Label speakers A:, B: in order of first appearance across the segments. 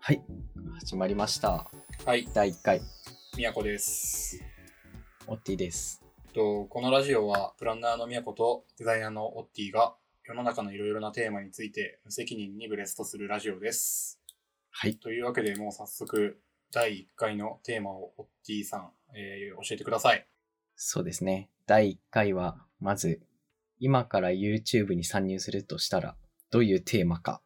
A: はい。始まりました。
B: はい、
A: 第1回、
B: みやこです。
A: オッティです。
B: とこのラジオは、プランナーのみやことデザイナーのオッティが、世の中のいろいろなテーマについて無責任にブレストするラジオです。
A: はい。
B: というわけで、もう早速、第1回のテーマをオッティさん、えー教えてください。
A: そうですね。第1回は、まず、今から YouTube に参入するとしたら、どういうテーマか、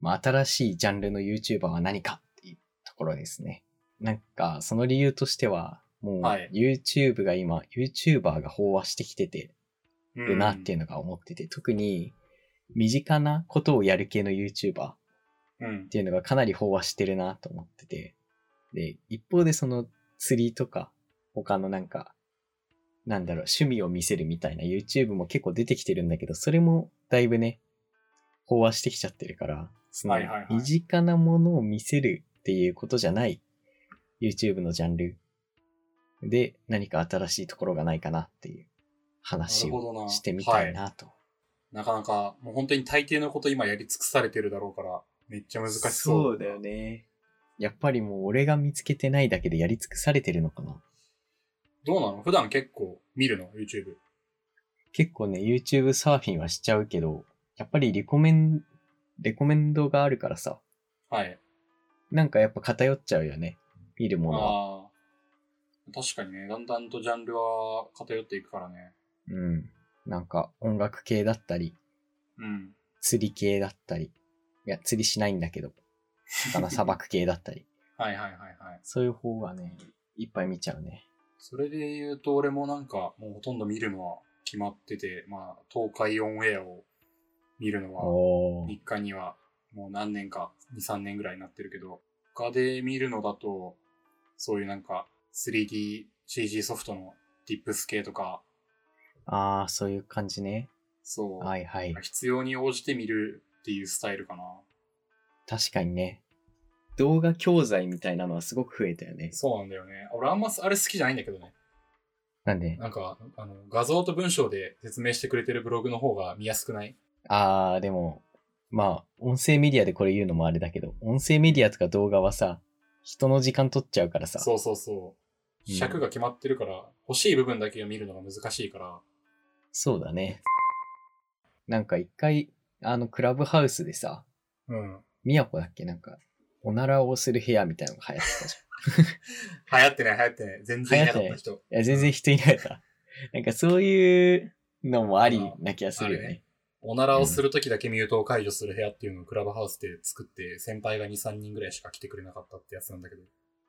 A: まあ、新しいジャンルの YouTuber は何かっていうところですね。なんか、その理由としては、もう
B: はい
A: YouTube が今、YouTuber が飽和してきてて
B: う
A: るなっていうのが思ってて、特に、身近なことをやる系の YouTuber
B: うん
A: っ。ていうのがかなり飽和してるなと思ってて。で、一方でその釣りとか、他のなんか、なんだろう、趣味を見せるみたいな YouTube も結構出てきてるんだけど、それもだいぶね、飽和してきちゃってるから、その
B: はいはいはい
A: 身近なものを見せるっていうことじゃない YouTube のジャンルで何か新しいところがないかなっていう話
B: なるほど
A: を
B: な
A: してみたいなと。
B: なかなか、もう本当に大抵のこと今やり尽くされてるだろうから、めっちゃ難しそう。
A: そうだよね。やっぱりもう俺が見つけてないだけでやり尽くされてるのかな。
B: どうなの普段結構見るの ?YouTube。
A: 結構ね、YouTube サーフィンはしちゃうけど、やっぱりリコメン、レコメンドがあるからさ、
B: はい。
A: なんかやっぱ偏っちゃうよね。見るものは。
B: ああ。確かにね、だんだんとジャンルは偏っていくからね。
A: うん。なんか音楽系だったり、
B: うん。
A: 釣り系だったり。いや、釣りしないんだけど。魚砂漠系だったり。
B: はいはいはいはい。
A: そういう方がね、いっぱい見ちゃうね。
B: それで言うと、俺もなんか、もうほとんど見るのは決まってて、まあ、東海オンエアを見るのは、
A: おー。
B: 日課には、もう何年か、2、3年ぐらいになってるけど、他で見るのだと、そういうなんか、3DCG ソフトのディップス系とか、
A: あー、そういう感じね。
B: そう、
A: はいはい。
B: 必要に応じて見るっていうスタイルかな。
A: 確かにね。動画教材みたいなのはすごく増えたよね。
B: そうなんだよね。俺あんまあれ好きじゃないんだけどね。
A: なんで、
B: なんか、あの、画像と文章で説明してくれてるブログの方が見やすくない
A: あー、でも、まあ、音声メディアでこれ言うのもあれだけど、音声メディアとか動画はさ、人の時間取っちゃうからさ。
B: そうそうそう。
A: うん
B: 尺が決まってるから、欲しい部分だけを見るのが難しいから。
A: そうだね。なんか一回、あの、クラブハウスでさ、
B: うん。
A: 宮古だっけなんか、おならをする部屋みたいなのが流行ってたじ
B: 流行ってない流行ってない。全然いなかった人。
A: ゃん。いや、全然人いなかった。なんかそういうのもありな気がするよ
B: ある
A: ね
B: ね。おならをするときだけミュートを解除する部屋っていうのをクラブハウスで作って、先輩が2、3人ぐらいしか来てくれなかったってやつなんだけど。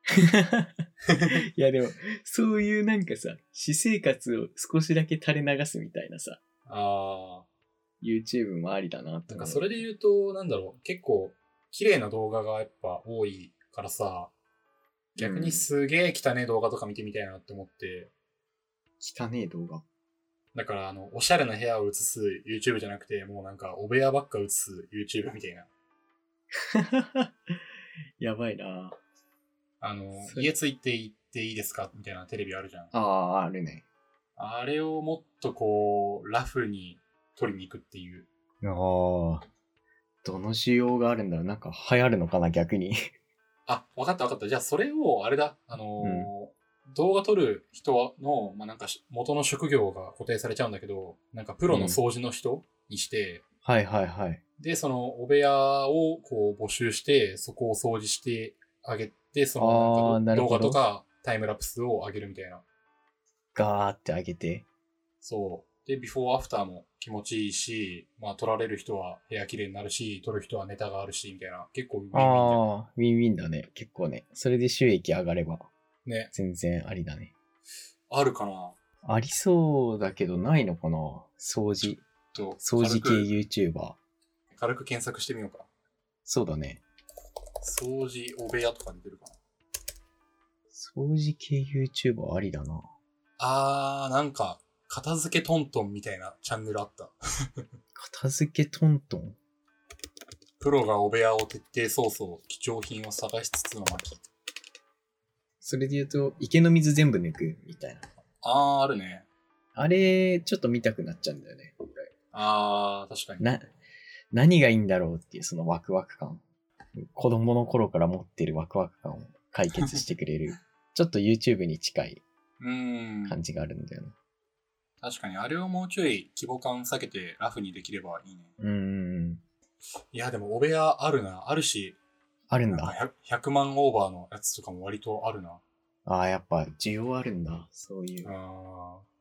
A: いやでも、そういうなんかさ、私生活を少しだけ垂れ流すみたいなさ、
B: あ
A: YouTube もありだなと
B: ー。なん
A: 思
B: か
A: う
B: それで言うと、なんだろう。結構、綺麗な動画がやっぱ多いからさ、逆にすげえ汚ね動画とか見てみたいなって思って、
A: 汚ねえ動画。
B: だからあの、おしゃれな部屋を映す YouTube じゃなくて、もうなんか、お部屋ばっか映す YouTube みたいな。
A: やばいな
B: あの、
A: それ
B: 家ついて行っていいですかみたいなテレビあるじゃん。
A: ああ、あるね。
B: あれをもっとこう、ラフに撮りに行くっていう。
A: ああ。どの需要があるんだろうなんか流行るのかな逆に。
B: あ、わかったわかった。じゃあそれを、あれだ、あのー動画撮る人の、まあ、なんかし元の職業が固定されちゃうんだけど、なんかプロの掃除の人にして、
A: はいはいはい。
B: で、そのお部屋をこう募集して、そこを掃除してあげて、その
A: あー
B: なんか
A: なる
B: 動
A: ほど
B: 画とかタイムラプスを上げるみたいな。
A: ガーって上げて。
B: そう。で、ビフォーアフターも気持ちいいし、まあ撮られる人は部屋綺麗になるし、撮る人はネタがあるし、みたいな。結構ウィンウィンじゃん
A: ああ、ウィンウィンだね。結構ね。それで収益上がれば
B: ね、
A: 全然ありだね。
B: あるかな
A: ありそうだけどないのかな掃除。
B: と
A: 掃除系
B: 軽く
A: YouTuber。
B: 軽く検索してみようか。
A: そうだね。
B: 掃除お部屋とか出てるかな
A: 掃除系 YouTuber ありだな。
B: あー、なんか、片付けトントンみたいなチャンネルあった。
A: 片付けトントン。
B: プロがお部屋を徹底捜査、貴重品を探しつつの巻。
A: それで言うと、池の水全部抜くみたいな。
B: あー、あるね。
A: あれ、ちょっと見たくなっちゃうんだよね。
B: あー、確かに。
A: な、何がいいんだろうっていうそのワクワク感。子供の頃から持ってるワクワク感を解決してくれ る、ちょっと YouTube に近い
B: うん。
A: 感じがあるんだよね。
B: 確かに、あれをもうちょい規模感下げてラフにできればいいね。
A: うんうんうん。
B: いや、でも、お部屋あるな。あるし、
A: あるん
B: なんか
A: だ。
B: 100, 100万オーバーのやつとかも割とあるな。
A: ああ、やっぱ需要あるんだ。そういう。
B: あー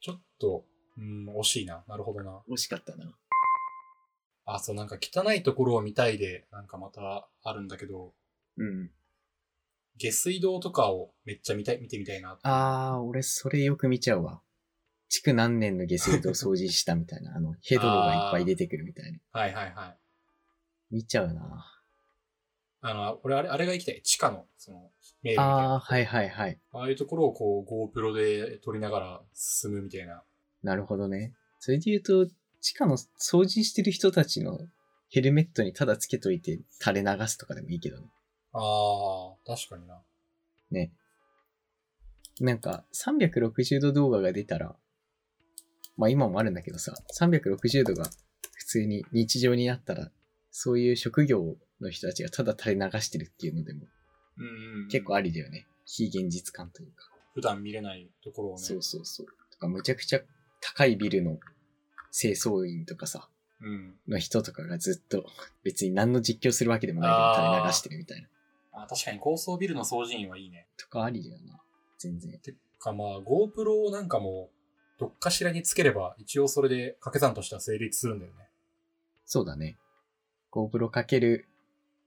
B: ちょっと、うん、惜しいな。なるほどな。
A: 惜しかったな。
B: あ、そう、なんか汚いところを見たいで、なんかまたあるんだけど、
A: うん。
B: 下水道とかをめっちゃ見たい、見てみたいな。
A: ああ、俺それよく見ちゃうわ。築何年の下水道掃除したみたいな、あの、ヘドロがいっぱい出てくるみたいな。
B: はいはいはい。
A: 見ちゃうな。
B: あの、俺あれ、あれが行きたい。地下の、その、迷路みたい
A: ああ、
B: な。
A: はいはいはい。
B: ああいうところをこう、GoPro で撮りながら進むみたいな。
A: なるほどね。それで言うと、地下の掃除してる人たちのヘルメットにただつけといて垂れ流すとかでもいいけどね。
B: ああ、確かにな。
A: ね。なんか、360度動画が出たら、まあ今もあるんだけどさ、360度が普通に日常になったら、そういう職業の人たちがただ垂れ流してるっていうのでも
B: うんうん、うん。
A: 結構ありだよね。非現実感というか。
B: 普段見れないところをね。
A: そうそうそう。とか、むちゃくちゃ高いビルの清掃員とかさ、
B: うん。
A: の人とかがずっと別に何の実況するわけでもないけど垂れ流してるみたいな。
B: あ確かに高層ビルの掃除員はいいね。
A: とかありだよな。全然。
B: てかまあ、GoPro なんかも、どっかしらにつければ、一応それで掛け算としては成立するんだよね。
A: そうだね。GoPro かける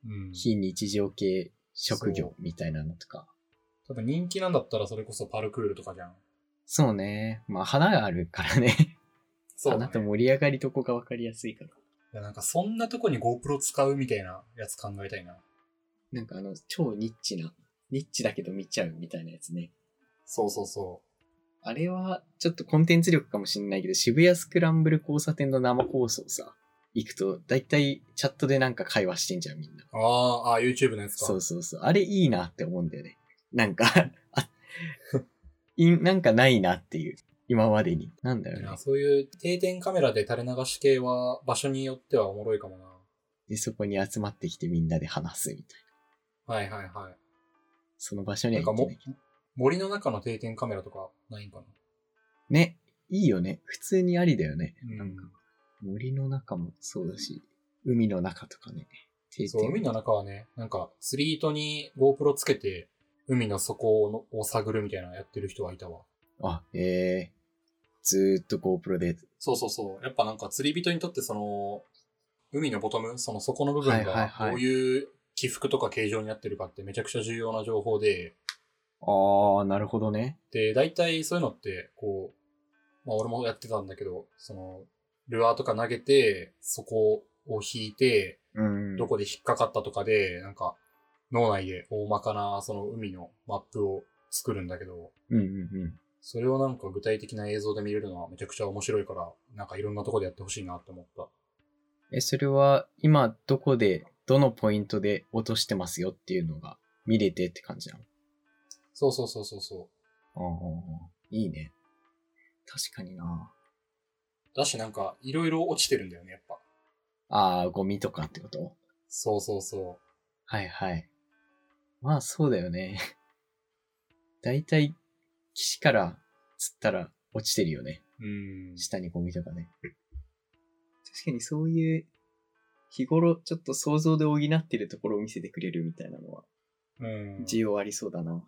B: うん。
A: 非日常系職業みたいなのとか。
B: 多分人気なんだったらそれこそパルクールとかじゃん。
A: そうね。まあ、花があるからね。
B: そうだ、ね。
A: 花と盛り上がりとこが分かりやすいから。
B: いやなんかそんなとこに GoPro 使うみたいなやつ考えたいな。
A: なんかあの、超ニッチな、ニッチだけど見ちゃうみたいなやつね。
B: そうそうそ
A: あれは、ちょっとコンテンツ力かもしんないけど、渋谷スクランブル交差点の生放送さ、行くと、だいたいチャットでなんか会話してんじゃん、みんな。
B: う。あーあー、YouTube のやつか。
A: そうそうそう。あれいいなって思うんだよね。なんか、 あ、いなんかないなっていう。今までに。なんだよ
B: い
A: ね
B: や。そういう定点カメラで垂れ流し系は場所によってはおもろいかもな。
A: で、そこに集まってきてみんなで話すみたいな。
B: はいはいは
A: その場所
B: い。
A: に
B: な
A: は
B: んか
A: 行ってな
B: も
A: いけど。
B: 森の中の定点カメラとかないんかな。
A: ね。いいよね。普通にありだよね。
B: うん
A: なんか、森の中もそうだし、海の中とかね。定
B: そう、海の中はね、なんか釣り糸に GoPro つけて海の底をのを探るみたいなのやってる人はいたわ。
A: あ、ええずーっと GoPro で。
B: そうそうそう。やっぱなんか釣り人にとってその、海のボトム、その底の部
A: は
B: 分
A: いはい
B: が
A: はい
B: どういう起伏とか形状になってるかってめちゃくちゃ重要な情報で、
A: あー、なるほどね。
B: で、大体そういうのって、こう、まあ俺もやってたんだけど、その、ルアーとか投げて、そこを引いて、
A: うん。
B: どこで引っかかったとかで、なんか、脳内で大まかなその海のマップを作るんだけど、
A: うんうんうん。
B: それをなんか具体的な映像で見れるのはめちゃくちゃ面白いから、なんかいろんなとこでやってほしいなって思った。
A: え、それは今どこで、どのポイントで落としてますよっていうのが見れてって感じなの
B: そうそうそうそうそう。
A: ああ、いいね。確かにな。
B: だしなんか、いろいろ落ちてるんだよね、やっぱ。
A: あー、ゴミとかってこと
B: そうそうそ
A: はいはい。まあそうだよね。 だいたい岸から釣ったら落ちてるよね。
B: う。うん。
A: 下にゴミとかね。確かにそういう日頃ちょっと想像で補ってるところを見せてくれるみたいなのは
B: うん。
A: 需要ありそうだな。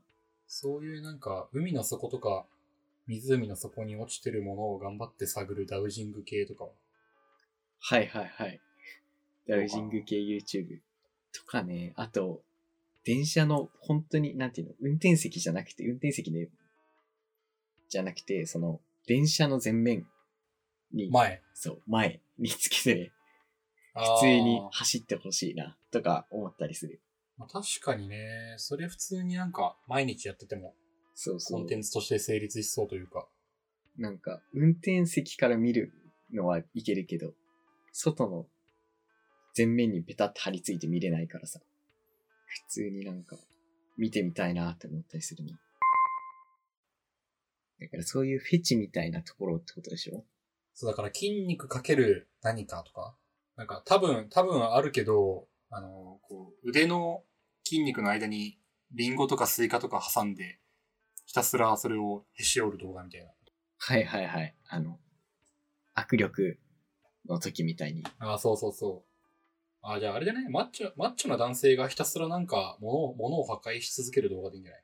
B: そういうなんか、海の底とか、湖の底に落ちてるものを頑張って探るダウジング系とかは。
A: はいはいはい。ダウジング系 YouTube とかね、あと、電車の本当に、なんていうの、運転席じゃなくて、運転席で、じゃなくて、その、電車の前面に、
B: 前。
A: そう、前につけて、
B: あー
A: 普通に走ってほしいな、とか思ったりする。
B: まあ、確かにね、それ普通になんか、毎日やってても、
A: そうそ
B: コ
A: う
B: ン。テンツとして成立しそうというか。
A: なんか、運転席から見るのはいけるけど、外の前面にペタッと張り付いて見れないからさ、普通になんか見てみたいなって思ったりするの。だからそういうフェチみたいなところってことでしょ
B: そう、だから筋肉かける何かとか。なんか、多分、多分あるけど、あの、こう、腕の筋肉の間に、リンゴとかスイカとか挟んで、ひたすらそれをへし折る動画みたいな。
A: はいはいはい。あの、握力の時みたいに。
B: ああ、そうそうそう。ああ、じゃああれじゃないマッチョ、マッチョな男性がひたすらなんか、物を、物を破壊し続ける動画でいいんじゃない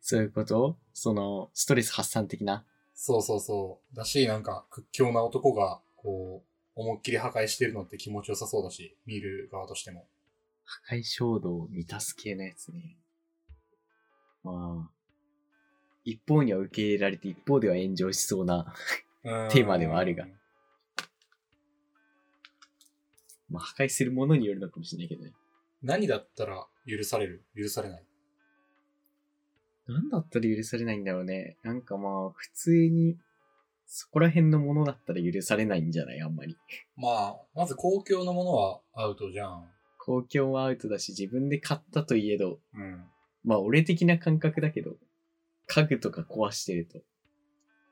A: そういうことその、ストレス発散的な。
B: そうそうそう。だし、なんか、屈強な男が、こう、思いっきり破壊してるのって気持ちよさそうだし、見る側としても。
A: 破壊衝動を満たす系のやつね。まあ、一方には受け入れられて一方では炎上しそうな。テーマではあるが
B: うん。
A: まあ、破壊するものによるのかもしれないけどね。
B: 何だったら許される許されない
A: なんだったら許されないんだろうね。なんかまあ、普通に、そこら辺のものだったら許されないんじゃないあんまり。
B: まあ、まず公共のものはアウトじゃん。
A: 公共はアウトだし、自分で買ったといえど、
B: うん。
A: まあ俺的な感覚だけど、家具とか壊してると、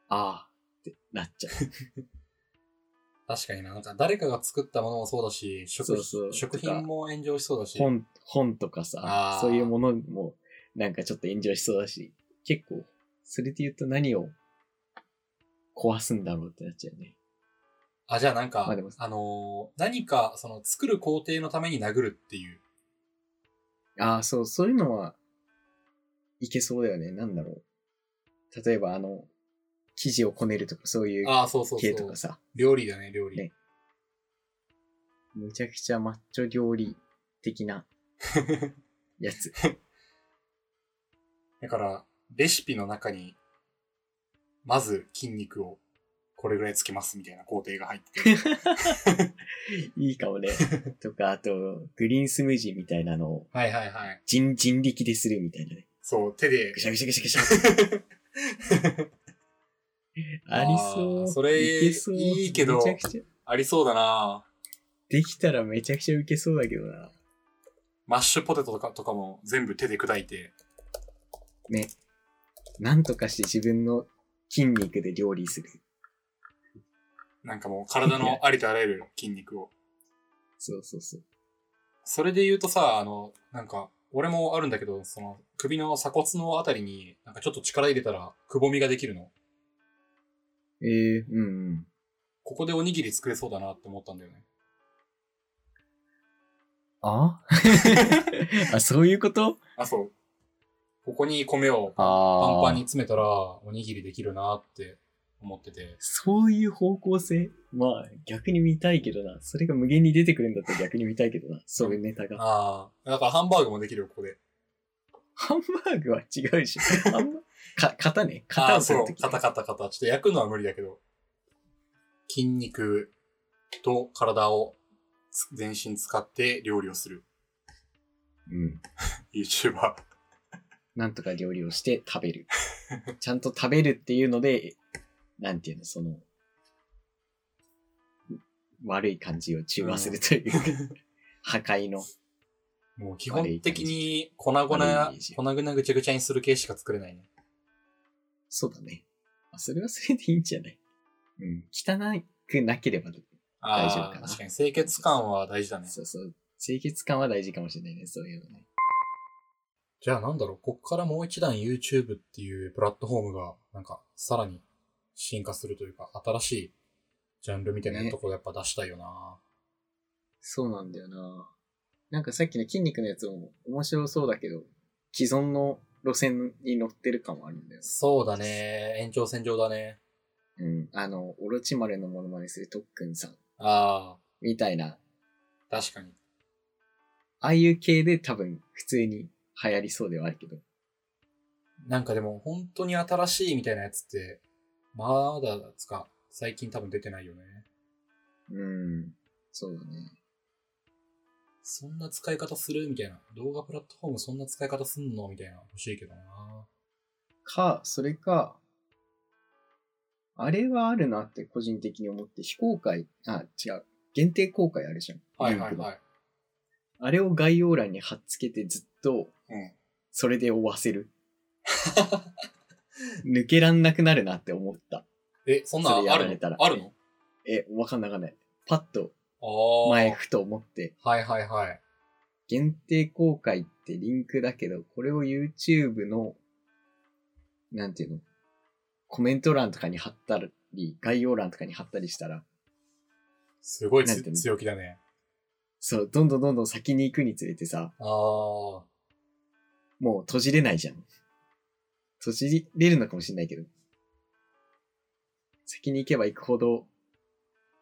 A: ああってなっちゃう。
B: 確かにな。なんか誰かが作ったものもそうだし、食
A: そうそう
B: 食品も炎上しそうだし。
A: 本、本とかさ
B: あ、ー
A: そういうものもなんかちょっと炎上しそうだし、結構、それで言うと何を壊すんだろうってなっちゃうね。
B: あ、じゃあなんか、
A: まあ
B: あ
A: でも
B: のー何か、その、作る工程のために殴るっていう。
A: ああ、そう、そういうのは、いけそうだよね。なんだろう。例えばあの、生地をこねるとかそういう
B: ああ、そうそうそ
A: 系と
B: う
A: か。さ、
B: 料理だね、料理。
A: ねむちゃくちゃマッチョ料理的 なやつ。
B: だから、レシピの中に、まず筋肉をこれぐらいつけますみたいな工程が入って て。
A: いいかもね。とか、あと、グリーンスムージーみたいなのを
B: はいはいはい。
A: 人、人力でするみたいなね。
B: そう、手で
A: ぐ。しゃぐしゃぐしゃぐしゃ。 ありそ
B: あー
A: う。
B: それ
A: いけそう
B: いいけど
A: めちゃくちゃ。
B: ありそうだな
A: できたらめちゃくちゃウケそうだけどな。
B: マッシュポテトとかとかも全部手で砕いて。
A: なんとかして自分の筋肉で料理する。
B: なんかもう体のありとあらゆる筋肉を。
A: そうそうそう。
B: それで言うとさ、あの、なんか、俺もあるんだけど、その、首の鎖骨のあたりに、なんかちょっと力入れたら、くぼみができるの。
A: ええうんうん。
B: ここでおにぎり作れそうだなって思ったんだよね。
A: あ あ、そういうこと
B: あ、そう。ここに米を
A: あ
B: パンパンに。詰めたら、おにぎりできるなって思ってて。
A: そういう方向性まあ、逆に見たいけどな。それが無限に出てくるんだったら逆に見たいけどな。そういうネタが。
B: ああ。だからハンバーグもできるよ、ここで。
A: ハンバーグは違うし。ハンバか、型ね。
B: あ
A: 型
B: あ、
A: をす
B: そ
A: る
B: う
A: と。き。
B: カタカタカタ。ちょっと焼くのは無理だけど。筋肉と体をつ全身使って料理をする
A: うん。
B: YouTuber。
A: なんとか料理をして食べる。 ちゃんと食べるっていうので、なんていうの、その、悪い感じを中和するというか、破壊の。
B: もう基本的に粉々
A: 悪いイメージ、
B: 粉々ぐちゃぐちゃにする系しか作れないね。
A: そうだね。まあそれはそれでいいんじゃないうん。汚くなければ、
B: あ
A: 大丈夫
B: あ
A: かな
B: 確かに清潔感は大事だね。
A: そうそう。清潔感は大事かもしれないね、そういうのね。
B: じゃあなんだろう、こっからもう一段 YouTube っていうプラットフォームが、なんか、さらに進化するというか、新しいジャンルみたいな
A: ね
B: とこやっぱ出したいよな、
A: そうなんだよな。なんかさっきの筋肉のやつも面白そうだけど、既存の路線に乗ってる感はあるんだよね。
B: そうだね、延長線上だね。
A: うん。あの、オロチマルのモノマネする特訓さん
B: あ
A: みたいな、
B: あ、確かに。
A: ああいう系で多分普通に流行りそうではあるけど。
B: なんかでも本当に新しいみたいなやつって、まだつか、最近多分出てないよね。
A: うん。そうだね。
B: そんな使い方するみたいな。動画プラットフォームそんな使い方すんのみたいな。欲しいけどな
A: か、それか、あれはあるなって個人的に思って、非公開、あ、違う。限定公開あるじゃん。
B: はいはい
A: リンクの
B: はい。
A: あれを概要欄に貼っつけてずっと、
B: うん。
A: それで終わせる。 抜けらんなくなるなって思った。
B: え、そんなん
A: それや
B: あ
A: ら
B: る
A: れたら
B: のあるの
A: え、わかんなわかんない。パッと
B: ああ。
A: 前ふと思って。
B: はいはいはい。
A: 限定公開ってリンクだけど、これを YouTube の、なんていうの、コメント欄とかに貼ったり、概要欄とかに貼ったりしたら、
B: すごい
A: なん
B: つ
A: ていうの
B: 強気だね。
A: そう、どんどんどんどん先に行くにつれてさ、
B: ああ。
A: もう閉じれないじゃん。閉じれるのかもしれないけど。先に行けば行くほど、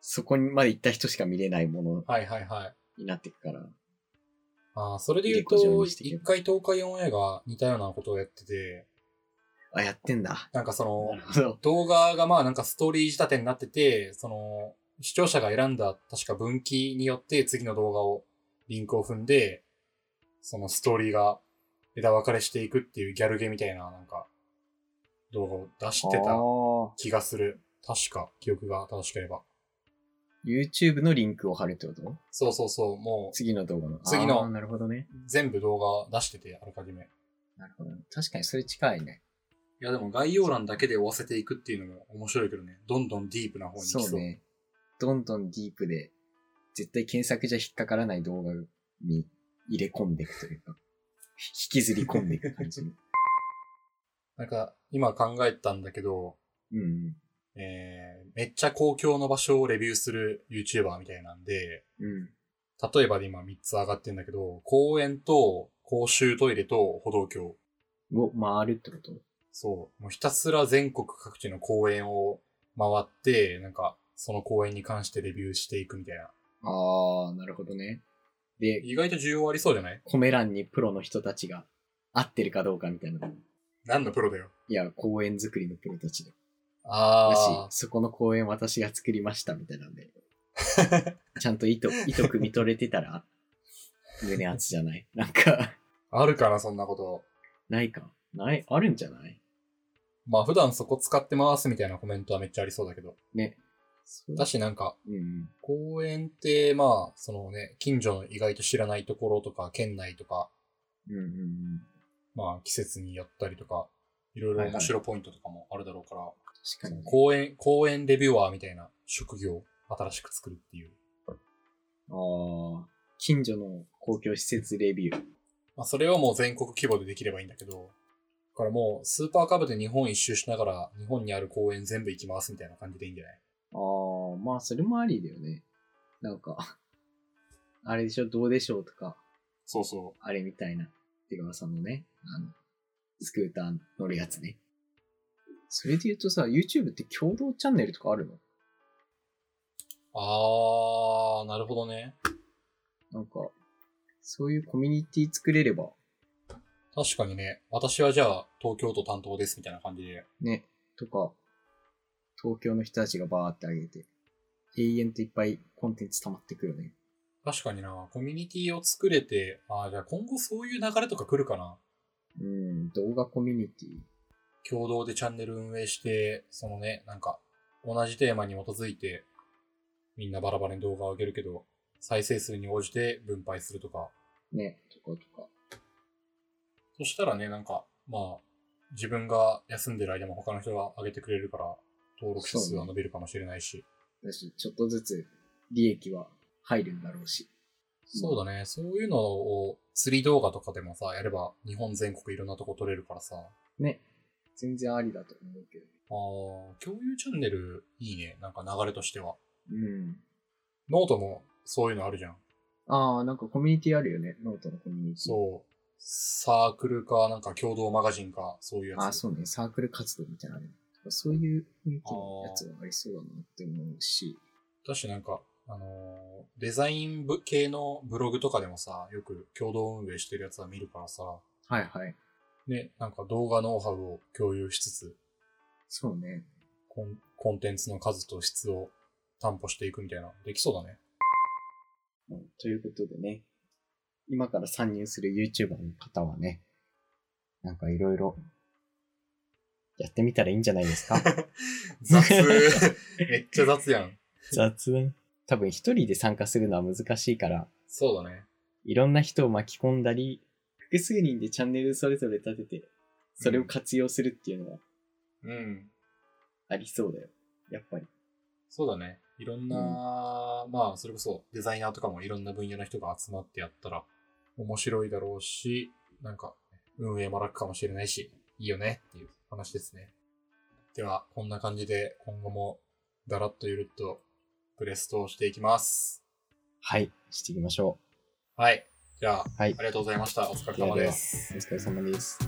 A: そこまで行った人しか見れないもの
B: はいはいはい。
A: になっていくから。
B: ああ、それで言
A: 入
B: う
A: れ子状
B: と、
A: にしていけ
B: 一回東海オンエアが似たようなことをやってて、
A: あ、やってんだ。
B: なんかその
A: な、るほど。
B: 動画がまあなんかストーリー仕立てになってて、その、視聴者が選んだ確か分岐によって次の動画を、リンクを踏んで、そのストーリーが枝分かれしていくっていうギャルゲみたいななんか動画を出して
A: あ
B: た
A: ー
B: 気がする。確か、記憶が正しければ。
A: YouTube のリンクを貼るってこと
B: そうそうそう、もう
A: 次の動画の。
B: 次の
A: あーなるほどね。
B: 全部動画出してて、あらかじめ。い
A: なるほど。確かにそれ近いね。
B: やでも概要欄だけで追わせていくっていうのも面白いけどね、どんどんディープな方に行きそう。
A: そうね。どんどんディープで、絶対検索じゃ引っかからない動画に入れ込んでいくというか、引きずり込んでいく感じ。うん
B: なんか、今考えたんだけど、
A: うん。
B: えーめっちゃ公共の場所をレビューする YouTuber みたいなんで、
A: うん。
B: 例えばで今3つ上がってんだけど、公園と公衆トイレと歩道橋。
A: を回るってこと
B: そう。もうひたすら全国各地の公園を回って、なんか、その公園に関してレビューしていくみたいな。
A: ああ、なるほどね。で、
B: 意外と需要ありそうじゃない
A: コメ欄にプロの人たちが合ってるかどうかみたいな。
B: 何のプロだよ。
A: いや、公園作りのプロたちで。だし
B: あ、
A: そこの公園私が作りましたみたいなん で。ちゃんと意図、意図汲み取れてたら、胸熱じゃない なんか、
B: あ。あるかな、そんなこと。
A: ないか。ない、あるんじゃない
B: まあ普段そこ使ってますみたいなコメントはめっちゃありそうだけど。
A: ね。
B: だしなんか、
A: うんうん。
B: 公園って、まあ、そのね、近所の意外と知らないところとか、県内とか、
A: うんうんうん。
B: まあ、季節にやったりとか、いろいろ面白ポイントとかもあるだろうから、
A: 確かにね、
B: 公園、公園レビュアーみたいな職業を新しく作るっていう。
A: ああ、近所の公共施設レビュー。
B: まあ、それをもう全国規模でできればいいんだけど、だからもう、スーパーカブで日本一周しながら、日本にある公園全部行きますみたいな感じでいいんじゃない
A: ああ、まあそれもありだよね。なんか、あれでしょ、どうでしょうとか、
B: そうそ
A: あれみたいな、出川さんのね、あの、スクーター乗るやつね。それで言うとさ、YouTube って共同チャンネルとかあるの
B: う。あー、なるほどね。
A: なんか、そういうコミュニティ作れれば、
B: 確かにね、私はじゃあ、東京都担当ですみたいな感じで、
A: ね、とか、東京の人たちがバーってあげて、永遠といっぱいコンテンツ溜まってくよね。
B: 確かにな、コミュニティを作れて、ああ、じゃあ今後そういう流れとか来るかな。
A: うん、動画コミュニティ。
B: 共同でチャンネル運営して、そのね、なんか、同じテーマに基づいて、みんなバラバラに動画を上げるけど、再生数に応じて分配するとか。
A: ね、とかとか。
B: そしたらね、なんか、まあ、自分が休んでる間も他の人が上げてくれるから、登録者数は伸びるかもしれないし。
A: だし、ちょっとずつ利益は入るんだろうし。
B: そうだね、そういうのを釣り動画とかでもさ、やれば日本全国いろんなとこ撮れるからさ。
A: ね。全然ありだと思うけど。
B: あー共有チャンネルいいね、なんか流れとしては。
A: うん。
B: ノートもそういうのあるじゃん。
A: ああ、なんかコミュニティあるよね。ノートのコミュニティ。
B: そう。サークルか、なんか共同マガジンか、そういうやつ。
A: ああ、そうね。サークル活動みたいなのあるねそういう雰囲気のやつはありそうだなって思うし。
B: だしなんか、あのーデザイン部系のブログとかでもさ、よく共同運営してるやつは見るからさ、
A: はいはい。
B: ね、なんか動画ノウハウを共有しつつ、
A: そうね。
B: コンコンテンツの数と質を担保していくみたいな、できそう だね。
A: うんということでね。今から参入する YouTuber の方はね、なんかいろいろやってみたらいいんじゃないです か
B: 雑 めっちゃ雑やん。
A: 雑談。多分一人で参加するのは難しいから、
B: そうだね。
A: いろんな人を巻き込んだり、複数人でチャンネルそれぞれ立てて、それを活用するっていうのは
B: うん。
A: ありそうだよ。やっぱり。
B: そうだね。いろんな、まあ、それこそデザイナーとかもいろんな分野の人が集まってやったら面白いだろうし、なんか、運営も楽かもしれないし、いいよねっていう話ですね。では、こんな感じで今後もだらっとゆるっとプレストをしていきます。
A: はい。していきましょ
B: はい。じゃあ、
A: う。はい
B: あ。りがとうございました。お疲れ
A: では
B: 様
A: で
B: で
A: は
B: す。
A: お疲れ様です。